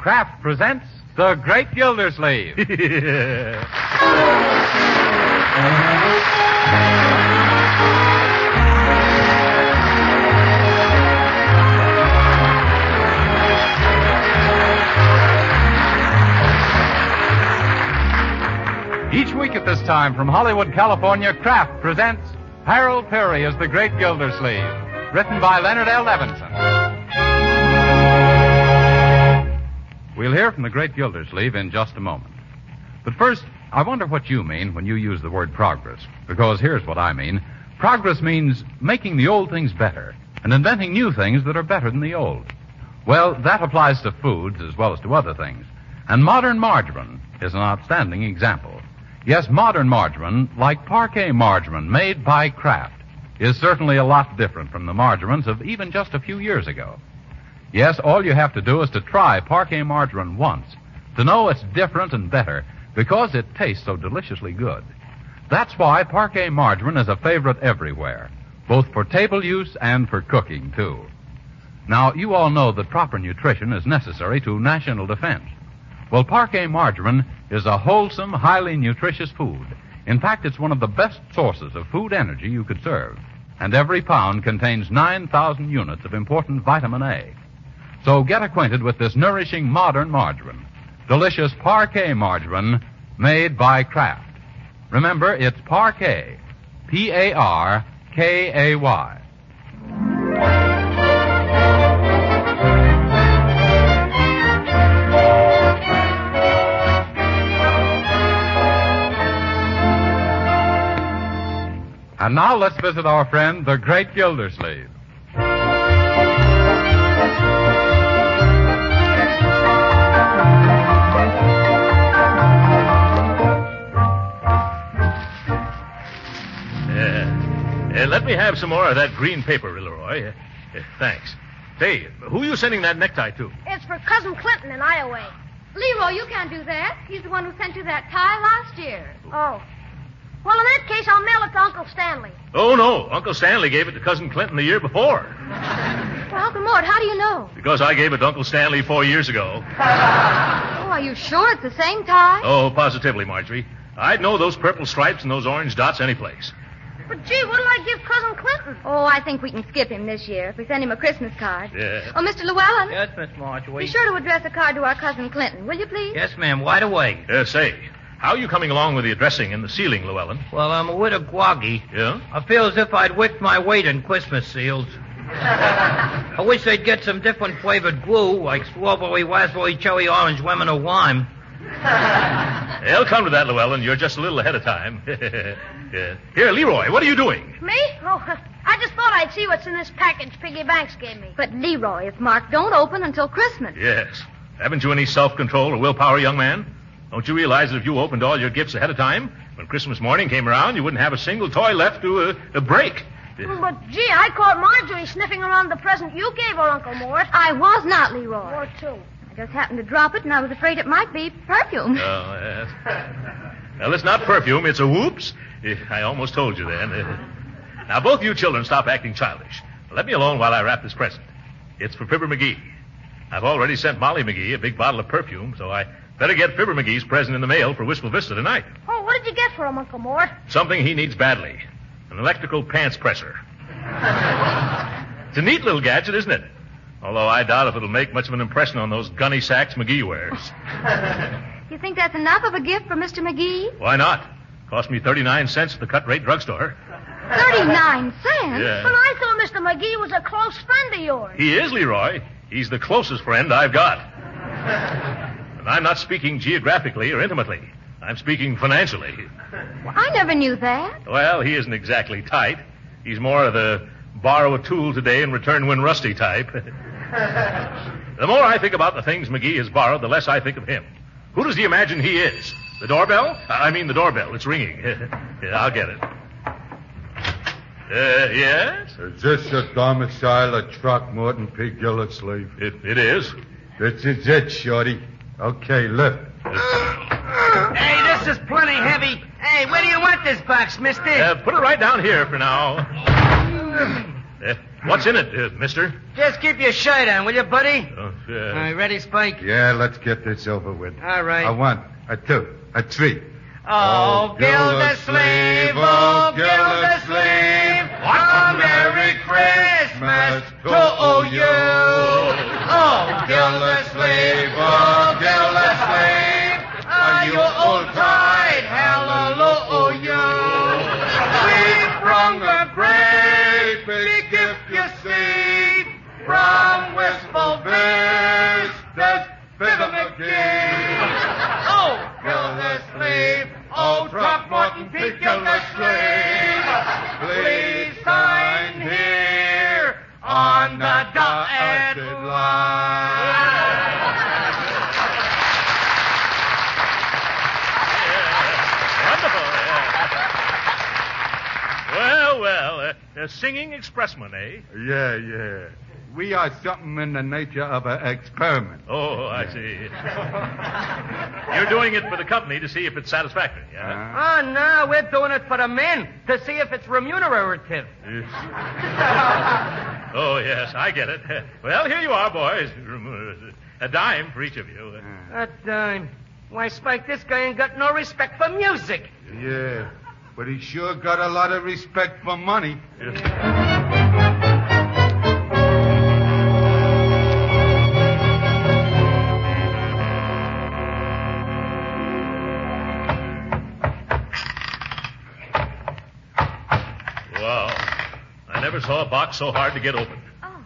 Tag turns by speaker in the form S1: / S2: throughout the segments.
S1: Kraft presents The Great Gildersleeve. Each week at this time from Hollywood, California, Kraft presents Harold Perry as the Great Gildersleeve, written by Leonard L. Levinson. We'll hear from the Great Gildersleeve in just a moment. But first, I wonder what you mean when you use the word progress, because here's what I mean. Progress means making the old things better and inventing new things that are better than the old. Well, that applies to foods as well as to other things. And modern margarine is an outstanding example. Yes, modern margarine, like parquet margarine made by Kraft, is certainly a lot different from the margarines of even just a few years ago. Yes, all you have to do is to try parquet margarine once to know it's different and better because it tastes so deliciously good. That's why parquet margarine is a favorite everywhere, both for table use and for cooking, too. Now, you all know that proper nutrition is necessary to national defense. Well, parquet margarine is a wholesome, highly nutritious food. In fact, it's one of the best sources of food energy you could serve. And every pound contains 9,000 units of important vitamin A. So get acquainted with this nourishing modern margarine. Delicious parquet margarine made by Kraft. Remember, it's parquet. P A R K A Y. And now let's visit our friend, the great Gildersleeve.
S2: Yeah. Uh, let me have some more of that green paper, Leroy. Uh, uh, thanks. Hey, who are you sending that necktie to?
S3: It's for Cousin Clinton in Iowa.
S4: Leroy, you can't do that. He's the one who sent you that tie last year.
S3: Oh. Well, in that case, I'll mail it to Uncle Stanley.
S2: Oh, no. Uncle Stanley gave it to Cousin Clinton the year before
S3: Well, Uncle Mort, how do you know?
S2: because I gave it to Uncle Stanley four years ago.
S4: Oh, are you sure it's the same tie?
S2: Oh, positively, Marjorie. I'd know those purple stripes and those orange dots anyplace.
S3: But gee, what'll I give Cousin Clinton?
S4: Oh, I think we can skip him this year if we send him a Christmas card.
S2: Yeah.
S4: Oh, Mr. Llewellyn,
S5: Yes, Miss Marjorie.
S4: be sure to address a card to our cousin Clinton, will you please?
S5: Yes, ma'am, right away.
S2: Uh, say, how are you coming along with the addressing and the sealing, Llewellyn?
S5: Well, I'm a widow gwoggy.
S2: Yeah?
S5: I feel as if I'd wicked my weight in Christmas seals. I wish they'd get some different flavored glue, like strawberry, raspberry, cherry, orange, lemon, or lime.
S2: They'll come to that, Llewellyn. You're just a little ahead of time. Yeah. uh, Here, Leroy, what are you doing?
S3: Me? Oh, I just thought I'd see what's in this package Piggy Banks gave me.
S4: But Leroy, if Mark don't open until Christmas.
S2: Yes. Haven't you any self control or willpower, young man? Don't you realize that if you opened all your gifts ahead of time, when Christmas morning came around, you wouldn't have a single toy left to uh, uh, break? Uh,
S3: Mm, But gee, I caught Marjorie sniffing around the present you gave her, Uncle Mort.
S4: I was not Leroy.
S3: Or two.
S4: I just happened to drop it, and I was afraid it might be perfume.
S2: Oh, yes. uh, Well, it's not perfume, it's a whoops. Eh, I almost told you then. Eh. Now, both you children stop acting childish. Let me alone while I wrap this present. It's for Fibber McGee. I've already sent Molly McGee a big bottle of perfume, so I better get Fibber McGee's present in the mail for Wistful Vista tonight.
S3: Oh, what did you get for him, Uncle Mort?
S2: Something he needs badly an electrical pants presser. it's a neat little gadget, isn't it? Although I doubt if it'll make much of an impression on those gunny sacks McGee wears.
S4: You think that's enough of a gift for Mr. McGee?
S2: Why not? Cost me 39 cents at the cut rate drugstore.
S4: 39 cents?
S3: But I thought Mr. McGee was a close friend of yours.
S2: He is, Leroy. He's the closest friend I've got. and I'm not speaking geographically or intimately. I'm speaking financially.
S4: Well, I never knew that.
S2: Well, he isn't exactly tight. He's more of the borrow a tool today and return when rusty type. the more I think about the things McGee has borrowed, the less I think of him. Who does he imagine he is? The doorbell? I I mean, the doorbell. It's ringing. yeah, I'll get it. Uh, yes?
S6: Is this the domicile of Throckmorton P. Gillisleeve?
S2: It, it is.
S6: This is it, Shorty. Okay, lift.
S7: Hey, this is plenty heavy. Hey, where do you want this box, mister?
S2: Uh, put it right down here for now. Uh, What's in it, uh, mister?
S7: Just keep your shirt on, will you, buddy?
S2: Uh,
S7: All right, ready, Spike?
S6: Yeah, let's get this over with.
S7: All right.
S6: A one, a two, a three.
S7: Oh, build a slave, oh, build a slave, a Merry Christmas to all you. Oh, build a slave, oh, build a slave, are you old pride, hallelujah. We from the great big gift you see, from wistful vistas, fit of the king. Oh, build a slave. Oh, drop Martin Pink, build a slave. Please sign here on the dotted line.
S2: Wonderful. yeah. Well, well, uh, a singing expressman, eh?
S6: Yeah, yeah. We are something in the nature of an experiment.
S2: Oh, I see. You're doing it for the company to see if it's satisfactory.
S5: Uh-huh.
S2: Yeah.
S6: Huh?
S7: Oh, no, we're doing it for the men to see if it's remunerative.
S2: Oh, yes, I get it. Well, here you are, boys. A dime for each of you.
S5: Uh-huh.
S7: A dime. uh, Why, Spike, this guy ain't got no respect for music.
S6: Yeah. But he sure got a lot of respect for money.
S2: Wow. I never saw a box so hard to get open.
S4: Oh,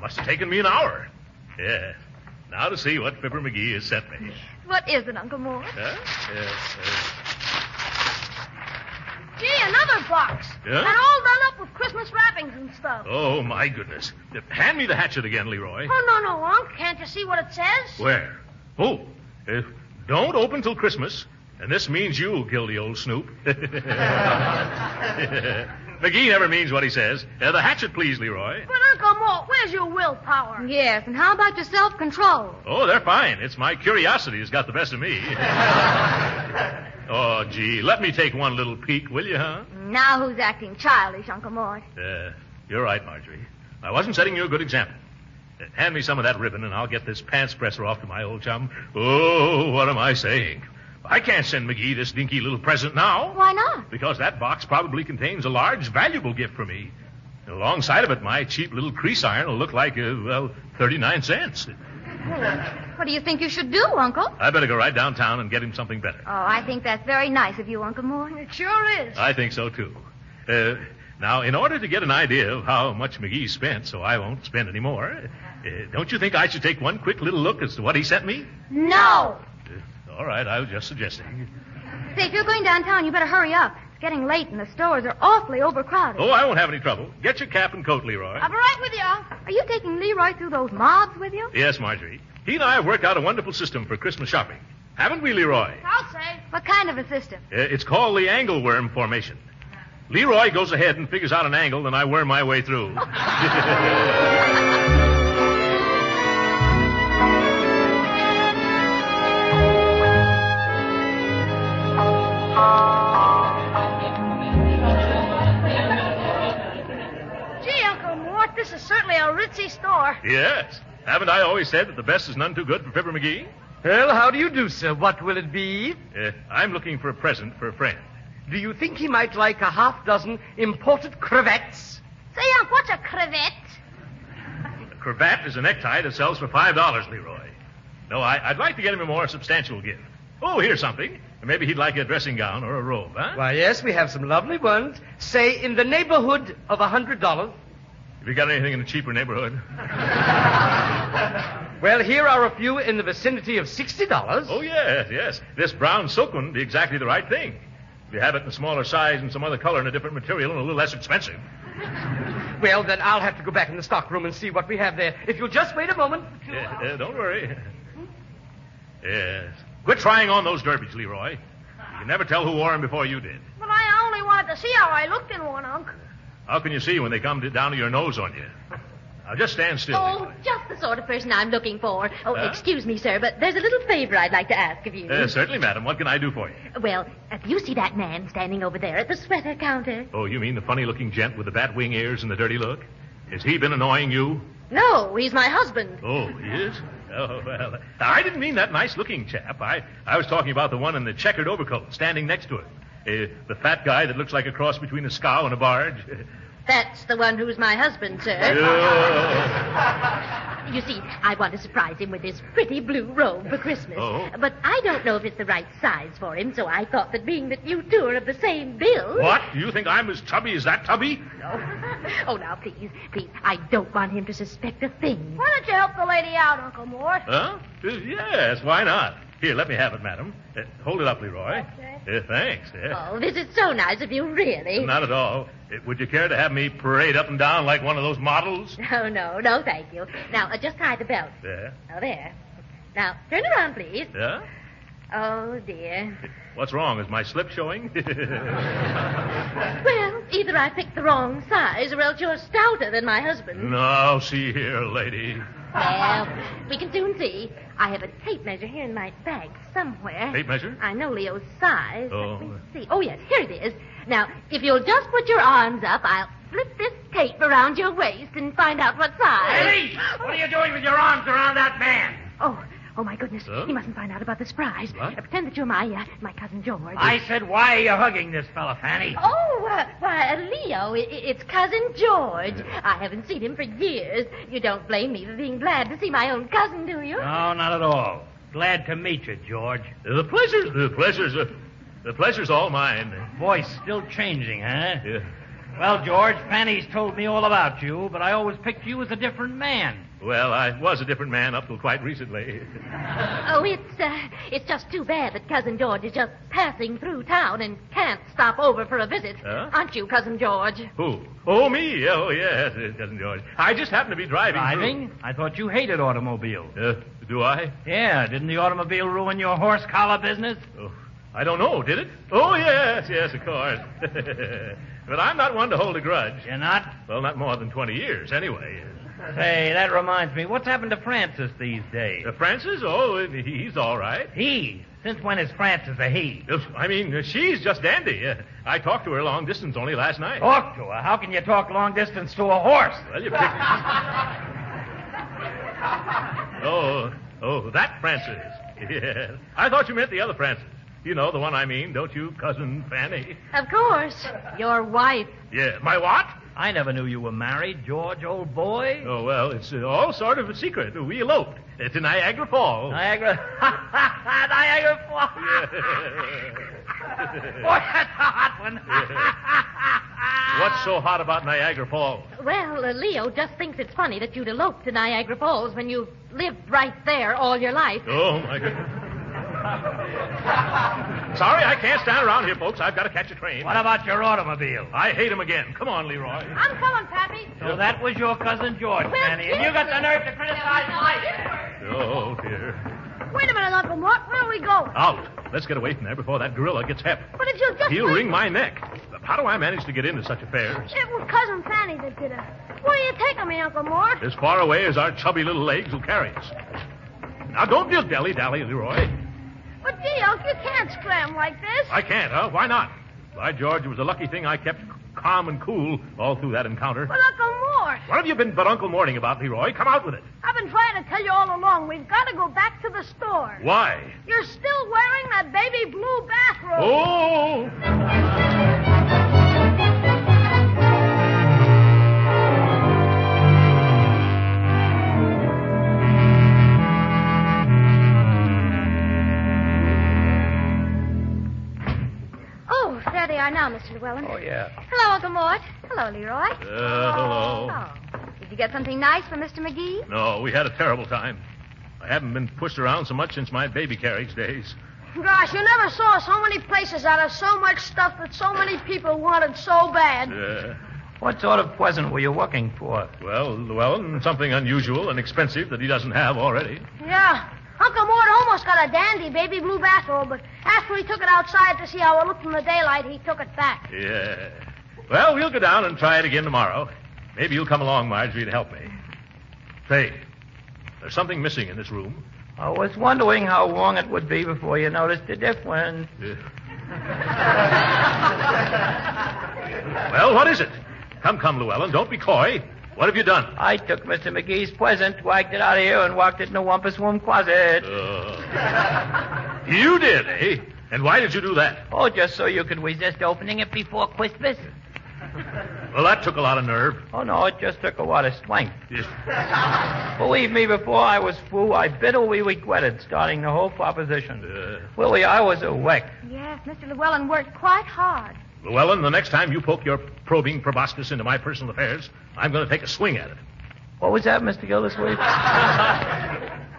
S2: Must have taken me an hour. Yeah. Now to see what Pipper McGee has sent me.
S4: what is it, Uncle Morris?
S2: Huh? Yes,
S3: Gee, another box.
S2: Yeah?
S3: And all done up with Christmas wrappings and stuff.
S2: uh, oh, my goodness. Hand me the hatchet again, Leroy.
S3: Oh, no, no, Unc. Can't you see what it says?
S2: Where? Who? Uh, don't open till Christmas. And this means you, guilty old snoop. McGee never means what he says. Uh, the hatchet, please, Leroy.
S3: But, Uncle Mort, where's your willpower?
S4: Yes, and how about your self-control?
S2: Oh, they're fine. It's my curiosity that's got the best of me. oh, gee, let me take one little peek, will you, huh?
S4: Now who's acting childish, Uncle Mort?
S2: Uh, you're right, Marjorie. I wasn't setting you a good example. Uh, hand me some of that ribbon, and I'll get this pants presser off to my old chum. Oh, what am I saying? I can't send McGee this dinky little present now.
S4: Why not?
S2: Because that box probably contains a large, valuable gift for me. Alongside of it, my cheap little crease iron will look like, uh, well, 39 cents.
S4: Hmm. What do you think you should do, Uncle?
S2: I better go right downtown and get him something better.
S4: Oh, I think that's very nice of you, Uncle Mort.
S3: It sure is.
S2: I think so, too. Uh, now, in order to get an idea of how much McGee spent, so I won't spend any more, uh, don't you think I should take one quick little look as to what he sent me?
S3: No.
S2: Uh, all right, I was just suggesting.
S4: Say, if you're going downtown, you better hurry up. It's getting late, and the stores are awfully overcrowded.
S2: Oh, I won't have any trouble. Get your cap and coat, Leroy.
S3: I'll be right with you, Unc.
S4: Are you taking Leroy through those mobs with you?
S2: Yes, Marjorie. He and I have worked out a wonderful system for Christmas shopping. Haven't we, Leroy?
S3: I'll say.
S4: What kind of a system?
S2: Uh, It's called the angle worm formation. Leroy goes ahead and figures out an angle, and I worm my way through.
S3: Gee, Uncle Mort, this is certainly a ritzy store.
S2: yes. Haven't I always said that the best is none too good for Pepper McGee?
S7: Well, how do you do, sir? What will it be?
S2: Uh, I'm looking for a present for a friend.
S7: Do you think he might like a half dozen imported crevettes?
S3: Say, Unc, what's a cravette?
S2: A cravat is a necktie that sells for $5, Leroy. No, I, I'd like to get him a more substantial gift. Oh, here's something. Maybe he'd like a dressing gown or a robe, huh?
S7: Why, yes, we have some lovely ones. Say, in the neighborhood of a hundred dollars.
S2: Have you got anything in a cheaper neighborhood?
S7: Well, here are a few in the vicinity of sixty dollars.
S2: Oh, yes, yes. This brown silk one would be exactly the right thing. If you have it in a smaller size and some other color and a different material and a little less expensive.
S7: Well, then I'll have to go back in the stockroom and see what we have there. If you'll just wait a moment.
S2: Yeah, yeah, don't worry. Yes. Quit trying on those derbies, Leroy. You can never tell who wore them before you did.
S3: But I only wanted to see how I looked in one, Unc.
S2: How can you see when they come to, down to your nose on you? Now, just stand still.
S8: Oh,
S2: Leroy.
S8: just the sort of person I'm looking for. Oh,
S2: Huh?
S8: excuse me, sir, but there's a little favor I'd like to ask of you.
S2: Uh, certainly, madam. What can I do for you?
S8: Well, if you see that man standing over there at the sweater counter,
S2: Oh, you mean the funny looking gent with the bat wing ears and the dirty look? Has he been annoying you?
S8: No, he's my husband.
S2: Oh, he is? Oh, well. I didn't mean that nice looking chap. I, I was talking about the one in the checkered overcoat standing next to him. Uh, the fat guy that looks like a cross between a scow and a barge.
S8: That's the one who's my husband, sir. Uh,
S2: oh,
S8: You see, I want to surprise him with this pretty blue robe for Christmas.
S2: Oh.
S8: But I don't know if it's the right size for him, so I thought that being that you two are of the same build.
S2: what? You think I'm as chubby as that tubby?
S8: Oh, now, please, please, I don't want him to suspect a thing.
S3: Why don't you help the lady out, Uncle Moore?
S2: Huh? Uh, yes, why not? Here, let me have it, madam. Uh, hold it up, Leroy. Uh, thanks. Uh,
S8: Oh, this is so nice of you, really.
S2: Not at all. Uh, would you care to have me parade up and down like one of those models?
S8: No, no, no, thank you. Now, uh, just tie the belt.
S2: There.
S8: Oh, there. Now, turn around, please.
S2: Yeah?
S8: Oh, dear.
S2: What's wrong? Is my slip showing?
S8: Well, either I picked the wrong size, or else you're stouter than my husband.
S2: no, see here, lady.
S8: Well, we can soon see. I have a tape measure here in my bag somewhere.
S2: Tape measure?
S8: I know Leo's size.
S2: Oh.
S8: Let me see. Oh, yes, here it is. Now, if you'll just put your arms up, I'll flip this tape around your waist and find out what size.
S5: Ellie, what are you doing with your arms around that man?
S8: Oh, oh my goodness!
S2: Huh?
S8: He mustn't find out about the surprise.
S2: What?
S8: Uh, pretend that you're my uh, my cousin George.
S5: I said, why are you hugging this fella, Fanny?
S8: Oh, uh, why, uh, Leo, i- i- it's cousin George. I haven't seen him for years. You don't blame me for being glad to see my own cousin, do you?
S5: No, not at all. Glad to meet you, George.
S2: The pleasure's the pleasure's uh, the pleasure's all mine.
S5: Voice still changing, huh?
S2: Yeah.
S5: Well, George, Fanny's told me all about you, but I always picked you as a different man.
S2: Well, I was a different man up till quite recently.
S8: Oh, it's uh, it's just too bad that cousin George is just passing through town and can't stop over for a visit.
S2: Huh?
S8: Aren't you, cousin George?
S2: Who? Oh, me. Oh, yes, uh, Cousin George. I just happen to be driving. through.
S5: Driving? I thought you hated automobiles.
S2: Uh, do I?
S5: Yeah, didn't the automobile ruin your horse collar business?
S2: Oh, I don't know, did it? Oh, yes, yes, of course. but I'm not one to hold a grudge.
S5: You're not?
S2: Well, not more than 20 years, anyway.
S5: Say, that reminds me. What's happened to Francis these days?
S2: Uh, Francis, oh, he- he's all right.
S5: He. Since when is Francis a he?
S2: Uh, I mean, uh, she's just dandy. Uh, I talked to her long distance only last night.
S5: Talk to her. How can you talk long distance to a horse?
S2: Well, you picked... oh, oh, that Francis. Yes. I thought you meant the other Francis. You know the one I mean, don't you, cousin Fanny?
S8: Of course, your wife.
S2: Yeah, my what?
S5: I never knew you were married, George, old boy.
S2: Oh well, it's uh, all sort of a secret. We eloped. It's in Niagara Falls.
S5: Niagara. Niagara Falls. Boy, that's a hot one.
S2: What's so hot about Niagara Falls?
S8: Well, uh, Leo just thinks it's funny that you'd elope to Niagara Falls when you've lived right there all your life.
S2: Oh my goodness. Sorry, I can't stand around here, folks. I've got to catch a train.
S5: What about your automobile?
S2: I hate him again. Come on, Leroy.
S3: I'm coming, Pappy.
S5: So that was your cousin George, Fanny, and you got the nerve to criticize my.
S2: Oh dear.
S3: Wait a minute, Uncle Moore. Where are we going?
S2: Out. Let's get away from there before that gorilla gets hep.
S3: But if you just
S2: He'll
S3: wait-
S2: wring my neck. How do I manage to get into such affairs?
S3: It was Cousin Fanny that did it. Where are you taking me, Uncle Moore?
S2: As far away as our chubby little legs will carry us. Now don't be a dally dally, Leroy.
S3: But gee, Unc, you can't scram like this.
S2: I can't, huh? Why not? By George, it was a lucky thing I kept c- calm and cool all through that encounter.
S3: But Uncle Moore,
S2: What have you been but Uncle Morning about, Leroy? Come out with it.
S3: I've been trying to tell you all along. We've got to go back to the store.
S2: Why?
S3: You're still wearing that baby blue bathrobe.
S2: Oh!
S4: Oh, there they are now, Mr. Llewellyn.
S5: Oh, yeah.
S4: Hello, Uncle Mort. Hello, Leroy.
S2: Uh, hello.
S4: Oh. Did you get something nice for Mr. McGee?
S2: No, we had a terrible time. I haven't been pushed around so much since my baby carriage days.
S3: Gosh, you never saw so many places out of so much stuff that so many people wanted so bad.
S2: Uh,
S5: What sort of present were you looking for?
S2: well, Llewellyn, something unusual and expensive that he doesn't have already.
S3: Yeah. Uncle Mort almost got a dandy baby blue bathrobe, but after he took it outside to see how it looked in the daylight, he took it back.
S2: Yeah. Well, we'll go down and try it again tomorrow. Maybe you'll come along, Marjorie, to help me. Say, there's something missing in this room.
S5: I was wondering how long it would be before you noticed the difference.
S2: Yeah. well, what is it? Come, come, Llewellyn, don't be coy. What have you done?
S5: I took Mr. McGee's present, wagged it out of here, and walked it in a Wampus Womb closet.
S2: Uh, you did, eh? And why did you do that?
S5: Oh, just so you could resist opening it before Christmas?
S2: Well, that took a lot of nerve.
S5: Oh, no, it just took a lot of strength. Believe me, before I was through, I bitterly regretted starting the whole proposition.
S2: Uh,
S5: Willie, I was a wreck.
S4: Yes, Mr. Llewellyn worked quite hard.
S2: Llewellyn, the next time you poke your probing proboscis into my personal affairs, I'm going to take a swing at it.
S5: What was that, Mr. Gildersleeve?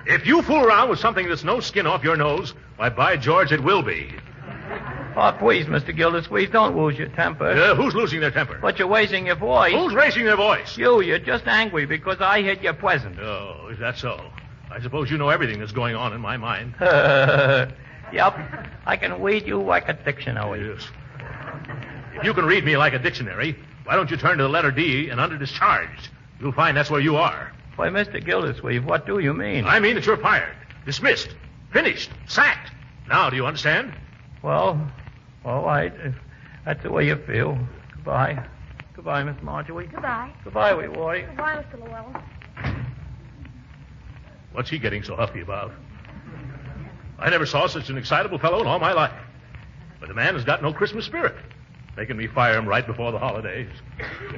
S2: If you fool around with something that's no skin off your nose, why, by George, it will be.
S5: oh, please, Mr. Gildersleeve, don't lose your temper.
S2: Uh, who's losing their temper?
S5: But you're raising your voice.
S2: Who's raising their voice?
S5: You, you're just angry because I hid your present.
S2: Oh, is that so? I suppose you know everything that's going on in my mind.
S5: yep, I can read you like a dictionary.
S2: Yes. If you can read me like a dictionary, why don't you turn to the letter D and under discharged? You'll find that's where you are.
S5: Why, Mr. Gildersleeve, what do you mean?
S2: I mean that you're fired, dismissed, finished, sacked. Now, do you understand?
S5: Well, all right. If that's the way you feel. Goodbye. Goodbye, Miss Marjorie.
S3: Goodbye.
S5: Goodbye, Wee Boy.
S3: Goodbye, Mr. Llewellyn.
S2: What's he getting so huffy about? I never saw such an excitable fellow in all my life. But the man has got no Christmas spirit, making me fire him right before the holidays.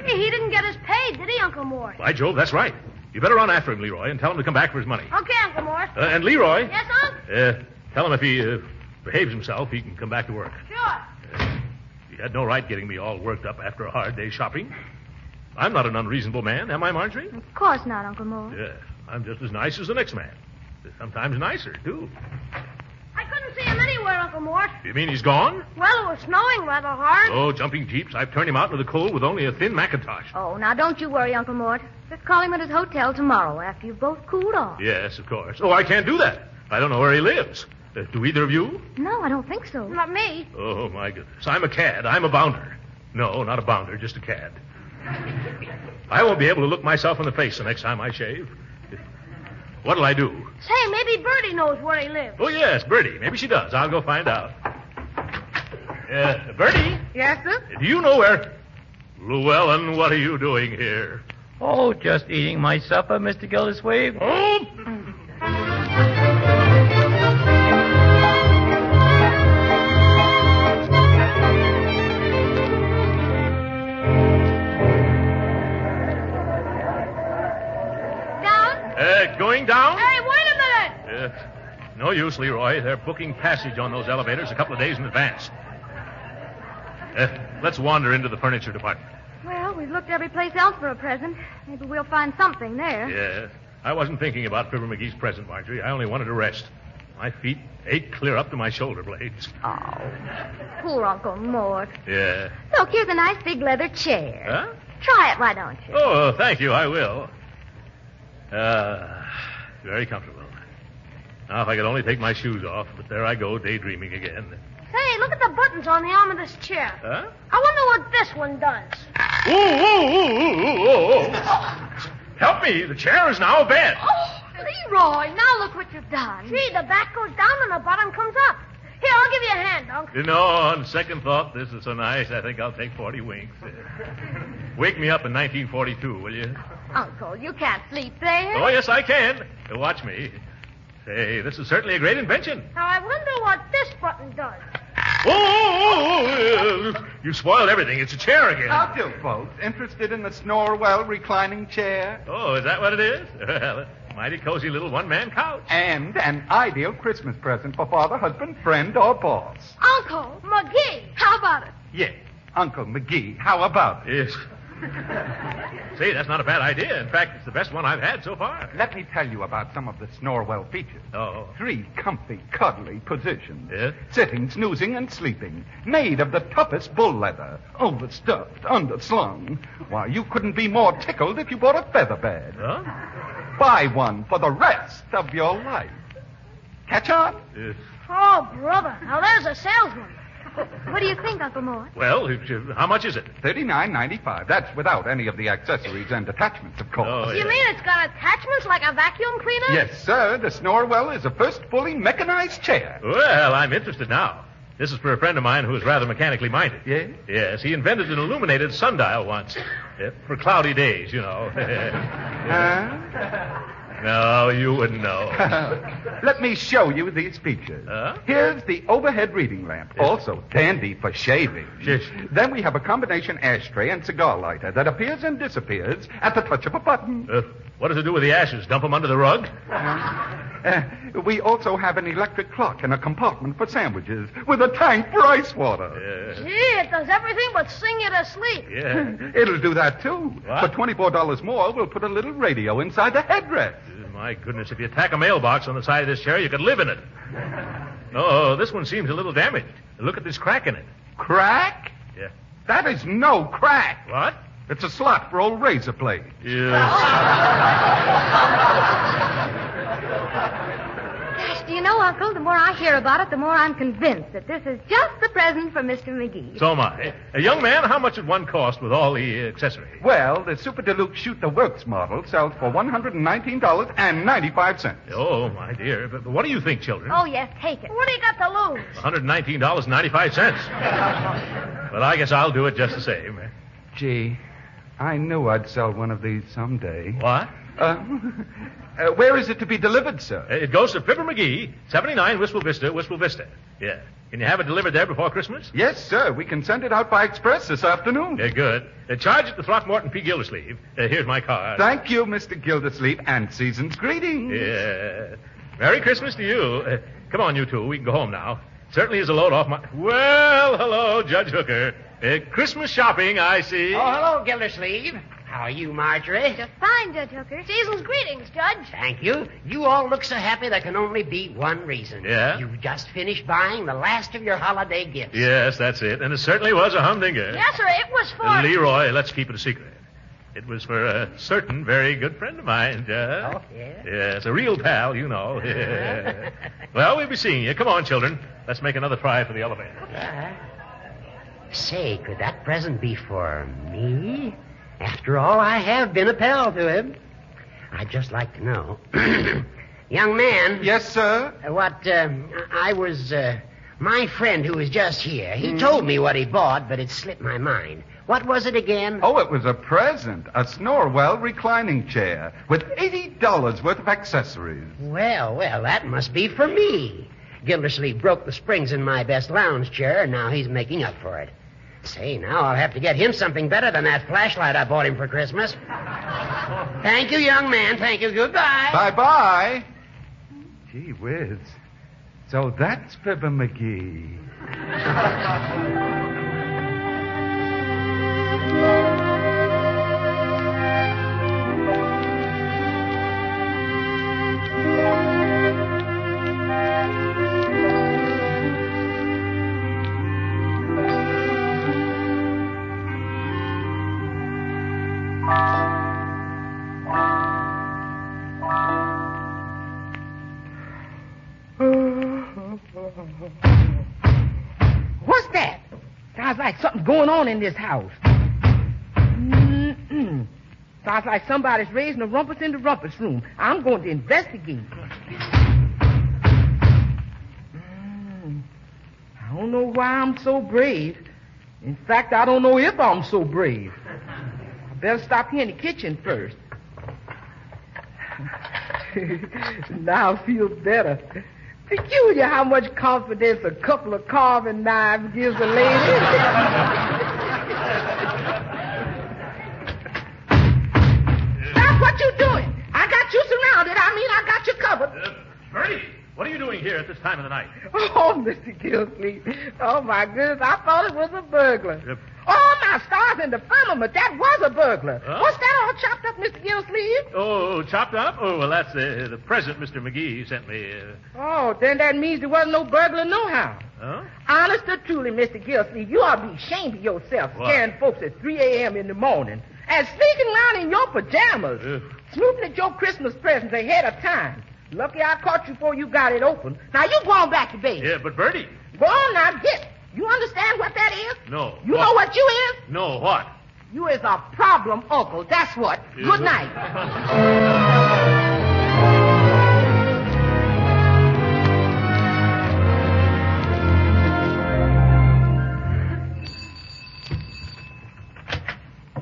S3: Hey, he didn't get his pay, did he, Uncle Morris?
S2: By Jove, that's right. You better run after him, Leroy, and tell him to come back for his money.
S3: Okay, Uncle Morris.
S2: Uh, and Leroy,
S3: Yes, Unc?
S2: uh, tell him if he uh, behaves himself, he can come back to work.
S3: Sure.
S2: He had no right getting me all worked up after a hard day's shopping. I'm not an unreasonable man, am I, Marjorie?
S4: Of course not, Uncle Morris.
S2: Yeah, I'm just as nice as the next man. Sometimes nicer, too.
S3: I couldn't see him anywhere, Uncle Morris.
S2: You mean he's gone?
S3: Well, it was snowing rather hard.
S2: Oh, jumping jeeps. I've turned him out into the cold with only a thin mackintosh.
S4: Oh, now don't you worry, Uncle Mort. Just call him at his hotel tomorrow after you've both cooled off.
S2: Yes, of course. Oh, I can't do that. I don't know where he lives. Uh, do either of you?
S4: No, I don't think so.
S3: Not me.
S2: Oh, my goodness. I'm a cad. I'm a bounder. No, not a bounder, just a cad. I won't be able to look myself in the face the next time I shave. What'll I do?
S3: Say, maybe Bertie knows where he lives.
S2: Oh, yes, Bertie. Maybe she does. I'll go find out. Uh, Bertie,
S9: Yes, sir?
S2: do you know where. Llewellyn, what are you doing here?
S5: Oh, just eating my supper, Mr. Gildersleeve.
S2: Oh!
S3: Down?
S2: Uh, going down?
S3: Hey, wait a minute!
S2: Uh, no use, Leroy. They're booking passage on those elevators a couple of days in advance. Uh, let's wander into the furniture department.
S4: Well, we've looked every place else for a present. Maybe we'll find something there.
S2: Yeah. I wasn't thinking about Fibber McGee's present, Marjorie. I only wanted to rest. My feet ached clear up to my shoulder blades.
S4: Poor Uncle Mort.
S2: Yeah.
S4: Look, here's a nice big leather chair.
S2: Huh?
S4: Try it, why don't you?
S2: Oh, thank you. I will. Uh, very comfortable. Now, if I could only take my shoes off, but there I go, daydreaming again.
S3: Hey, look at the buttons on the arm of this chair.
S2: Huh?
S3: I wonder what this one does.
S2: Ooh, ooh, ooh, ooh, ooh, ooh, ooh. Help me. The chair is now a bed.
S4: Oh, Leroy, now look what you've done.
S3: Gee, the back goes down and the bottom comes up. Here, I'll give you a hand, Unc.
S2: You know, on second thought, this is so nice, I think I'll take 40 winks. Wake me up in 1942, will you?
S4: Uncle, you can't sleep there.
S2: Oh, yes, I can. Watch me. Say, this is certainly a great invention.
S3: Now, I wonder what this button does.
S2: Oh, oh, oh, oh, you spoiled everything. It's a chair again.
S6: Aren't you folks interested in the Snorwell reclining chair?
S2: Oh, is that what it is? Well, a mighty cozy little one-man couch.
S6: And an ideal Christmas present for father, husband, friend, or boss.
S3: Uncle McGee, how about it?
S6: Yes, Uncle McGee, how about it?
S2: Yes. Say, that's not a bad idea. In fact, it's the best one I've had so far.
S6: Let me tell you about some of the Snorwell features.
S2: Oh.
S6: Three comfy, cuddly positions.
S2: Yes?
S6: Sitting, snoozing, and sleeping. Made of the toughest bull leather. Overstuffed, underslung. Why, you couldn't be more tickled if you bought a feather bed.
S2: Huh?
S6: Buy one for the rest of your life. Catch on?
S2: Yes.
S3: Oh, brother. Now, there's a salesman.
S4: What do you think, Uncle Mort?
S2: Well, if you- how much is it?
S6: Thirty-nine ninety-five. That's without any of the accessories and attachments, of course.
S2: Oh,
S3: You
S2: yeah.
S3: mean it's got attachments like a vacuum cleaner?
S6: Yes, sir. The Snorwell is the first fully mechanized chair.
S2: Well, I'm interested now. This is for a friend of mine who is rather mechanically minded.
S6: Yes?
S2: Yes, he invented an illuminated sundial once. Uh, for cloudy days, you know. no, Oh, you wouldn't know.
S6: Let me show you these features.
S2: Huh?
S6: Here's the overhead reading lamp, also dandy for shaving.
S2: Yes.
S6: Then we have a combination ashtray and cigar lighter that appears and disappears at the touch of a button.
S2: Uh, what does it do with the ashes? Dump them under the rug?
S6: Uh, we also have an electric clock and a compartment for sandwiches with a tank for ice water.
S2: Yeah.
S3: Gee, it does everything but sing you to sleep.
S2: Uh, Yeah.
S6: It'll do that too.
S2: What?
S6: For $24 more, we'll put a little radio inside the headrest.
S2: My goodness, if you tack a mailbox on the side of this chair, you could live in it. No, this one seems a little damaged. Look at this crack in it.
S6: Crack?
S2: Yeah.
S6: That is no crack.
S2: What?
S6: It's a slot for old razor blades.
S2: Yes.
S4: Gosh, do you know, Uncle, the more I hear about it, the more I'm convinced that this is just the present for Mr. McGee.
S2: So am I. A young man, how much did one cost with all the uh, accessories?
S6: Well, the Super Deluxe Shoot the Works model sells for $119.95.
S2: Oh, my dear. But, but what do you think, children?
S4: Oh, yes, take it.
S3: What do you got to lose?
S2: $119.95. but I guess I'll do it just the same.
S6: Gee, I knew I'd sell one of these someday.
S2: What?
S6: Uh, uh, where is it to be delivered, sir?
S2: Uh, It goes to Fibber McGee, 79 Wistful Vista, Wistful Vista. Yeah. Can you have it delivered there before Christmas?
S6: Yes, sir. We can send it out by express this afternoon.
S2: Yeah, good. Uh, charge it to Throckmorton P. Gildersleeve. Uh, here's my card.
S6: Thank you, Mr. Gildersleeve, and season's greetings.
S2: Yeah. Uh, Merry Christmas to you. Uh, come on, you two. We can go home now. Certainly is a load off my. Well, hello, Judge Hooker. Uh, Christmas shopping, I see.
S7: Oh, hello, Gildersleeve. How are you, Marjorie?
S4: Just fine, Judge Hooker.
S3: Season's greetings, Judge.
S7: Thank you. You all look so happy there can only be one reason.
S2: Yeah?
S7: You just finished buying the last of your holiday gifts.
S2: Yes, that's it. And it certainly was a humdinger.
S3: Yes, sir, it was for.
S2: Uh, Leroy, let's keep it a secret. It was for a certain very good friend of mine. Uh,
S7: Oh, yeah?
S2: Yes, a real pal, you know. well, we'll be seeing you. Come on, children. Let's make another try for the elevator.
S7: Say, could that present be for me? After all, I have been a pal to him. I'd just like to know. Young man.
S6: Yes, sir.
S7: Uh, What, um, I I was, uh, my friend who was just here,
S6: Mm.
S7: he told me what he bought, but it slipped my mind. What was it again?
S6: Oh, it was a present, a Snorwell reclining chair with $80 worth of accessories.
S7: Well, well, that must be for me. Gildersleeve broke the springs in my best lounge chair, and now he's making up for it. Say, now I'll have to get him something better than that flashlight I bought him for Christmas. Thank you, young man. Thank you. Goodbye.
S6: Bye bye. Gee whiz. So that's Fibber McGee.
S9: What's that? Sounds like something going on in this house. Mm-mm. Sounds like somebody's raising a rumpus in the rumpus room. I'm going to investigate. Mm. I don't know why I'm so brave. In fact, I don't know if I'm so brave. I better stop here in the kitchen first. now I feel better. Peculiar how much confidence a couple of carving knives gives a lady. Stop what you doing. I got you surrounded. I mean, I got you covered.
S2: Uh, Bertie, what are you doing here at this time of the night?
S9: Oh, Mr. Gilsleeve. Oh, my goodness. I thought it was a burglar.
S2: Yep.
S9: Oh, my stars in the firmament. That was a burglar.
S2: Huh?
S9: What's that all chopped up, Mr. Gilsleeve?
S2: Oh, chopped up? Oh, well, that's uh, the present Mr. McGee sent me. Uh,
S9: Oh, then that means there wasn't no burglar nohow.
S2: huh?
S9: Honest or truly, Mr. Gilsleeve, you ought to be ashamed of yourself
S2: Why?
S9: scaring folks at 3 a.m. in the morning and sneaking around in your pajamas,
S2: Ugh.
S9: snooping at your Christmas presents ahead of time. Lucky I caught you before you got it open. Now you go on back to bed.
S2: Yeah, but Bertie.
S9: Go on now, get. You understand what that is?
S2: No.
S9: You know what you is?
S2: No, what?
S9: You is a problem uncle. That's what.
S2: Yeah.
S9: Good night.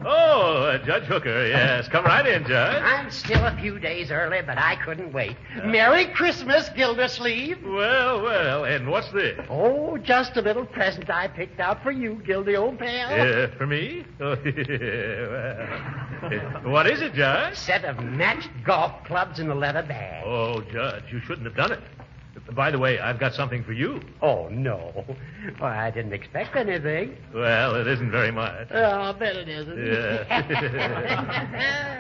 S2: Oh, uh, Judge Hooker, yes. Come right in, Judge.
S10: I'm still a few days early, but I couldn't wait. Merry Christmas, Gildersleeve.
S2: Well, well, and what's this?
S10: Oh, just a little present I picked out for you, Gildy, old pal.
S2: Uh, for me? Oh, well. what is it, Judge?
S10: Set of matched golf clubs in a leather bag.
S2: Oh, Judge, you shouldn't have done it. By the way, I've got something for you.
S10: Oh, no. Why, I didn't expect anything.
S2: Well, it isn't very much.
S10: Oh, I'll bet it isn't.
S2: Yeah.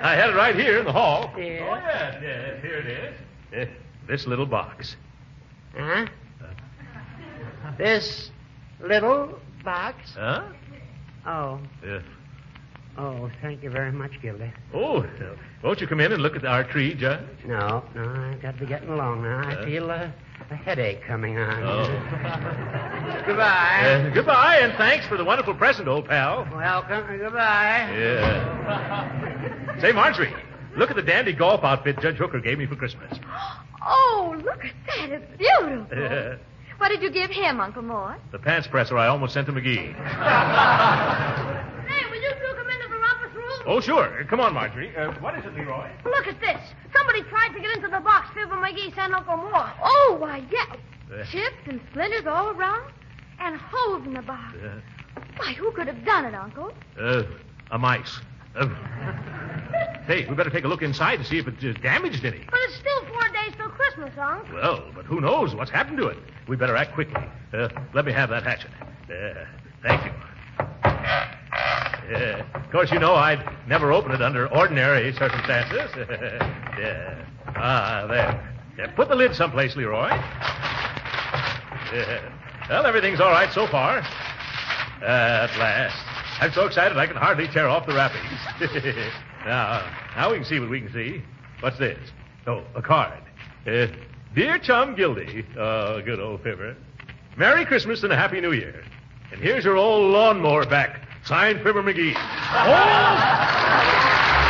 S2: I had it right here in the hall.
S10: Yeah.
S2: Oh, yes, yes, here it is. Eh, This little box. Uh,
S10: Huh? This little box?
S2: Huh?
S10: Oh,
S2: Eh,
S10: oh, thank you very much, Gildy.
S2: oh, uh, won't you come in and look at our tree, Uh. Judge?
S10: No, no, I've got to be getting along now. I
S2: Huh?
S10: feel a, a headache coming on.
S2: Oh.
S10: goodbye.
S2: Eh, goodbye, and thanks for the wonderful present, old pal.
S10: Welcome and goodbye.
S2: Yeah. Say, Marjorie, look at the dandy golf outfit Judge Hooker gave me for Christmas.
S8: Oh, look at that. It's beautiful.
S2: Eh,
S8: What did you give him, Uncle Mort?
S2: the pants presser I almost sent to McGee.
S3: Hey, will you two come into the rumpus room?
S2: Oh, sure. Come on, Marjorie. Uh, what is it, Leroy?
S3: Look at this. Somebody tried to get into the box Fibber McGee sent Uncle Moore.
S8: Oh, why, yeah.
S2: Uh,
S8: Chips and splinters all around, and holes in the box.
S2: uh,
S8: Why, who could have done it, Uncle?
S2: Uh, a mice. Uh, hey, we better take a look inside and see if it uh, damaged any.
S3: But it's still four days till Christmas, Unc.
S2: Well, but who knows what's happened to it? We better act quickly. Uh, let me have that hatchet. Uh, thank you. Yeah. Of course, you know I'd never open it under ordinary circumstances. yeah. Ah, there. Yeah, put the lid someplace, Leroy. Yeah. Well, everything's all right so far. Uh, At last. I'm so excited I can hardly tear off the wrappings. now, now we can see what we can see. What's this? Oh, a card. Uh, Dear Chum Gildy. Oh, good old Fibber. Merry Christmas and a Happy New Year. And here's your old lawnmower back. Signed Fibber McGee. Oh!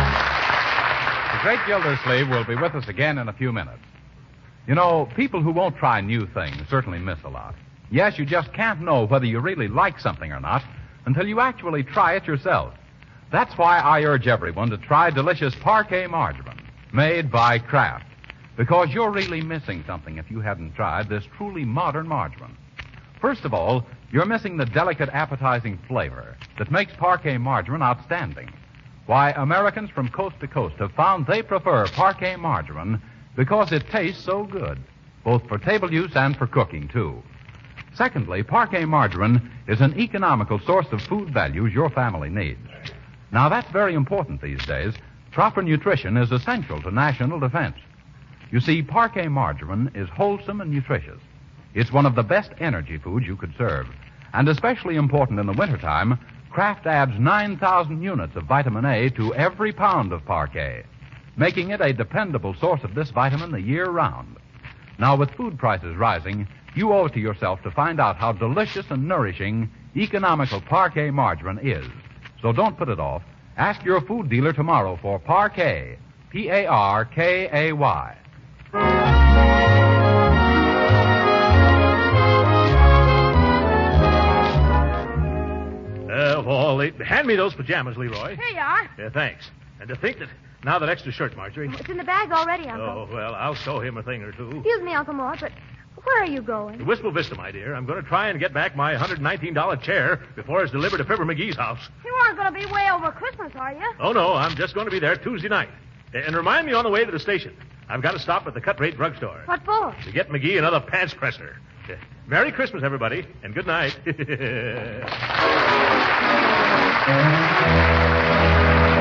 S1: The great Gildersleeve will be with us again in a few minutes. You know, people who won't try new things certainly miss a lot. Yes, you just can't know whether you really like something or not until you actually try it yourself. That's why I urge everyone to try delicious parquet margarine made by Kraft. Because you're really missing something if you haven't tried this truly modern margarine. First of all, you're missing the delicate, appetizing flavor that makes parquet margarine outstanding. Why, Americans from coast to coast have found they prefer parquet margarine because it tastes so good, both for table use and for cooking, too. Secondly, parquet margarine is an economical source of food values your family needs. Now, that's very important these days. Proper nutrition is essential to national defense. You see, parquet margarine is wholesome and nutritious. It's one of the best energy foods you could serve. And especially important in the wintertime, Kraft adds 9,000 units of vitamin A to every pound of parquet, making it a dependable source of this vitamin the year round. Now, with food prices rising, you owe it to yourself to find out how delicious and nourishing economical parquet margarine is. So don't put it off. Ask your food dealer tomorrow for parquet. P A R K A Y.
S2: Uh, of all the- hand me those pajamas, Leroy.
S3: Here you are.
S2: Yeah, thanks. And to think that now that extra shirt, Marjorie.
S3: It's in the bag already,
S2: Oh, well, I'll show him a thing or two.
S3: Excuse me, Uncle Mort, but where are you going?
S2: To Wistful Vista, my dear, I'm going to try and get back my $119 chair before it's delivered to Fibber McGee's house.
S3: You aren't going to be way over Christmas, are you?
S2: Oh, no, I'm just going to be there Tuesday night. Eh, And remind me on the way to the station. I've got to stop at the cut rate drugstore
S3: What for?
S2: to get McGee another pants presser. Eh, Merry Christmas, everybody, and good night.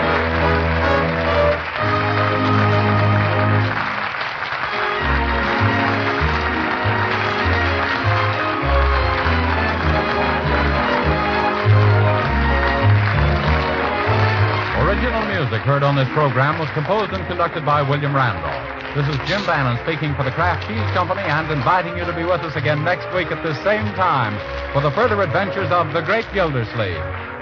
S1: Original music heard on this program was composed and conducted by William Randolph. This is Jim Bannon speaking for the Kraft Cheese Company and inviting you to be with us again next week at the same time for the further adventures of the Great Gildersleeve.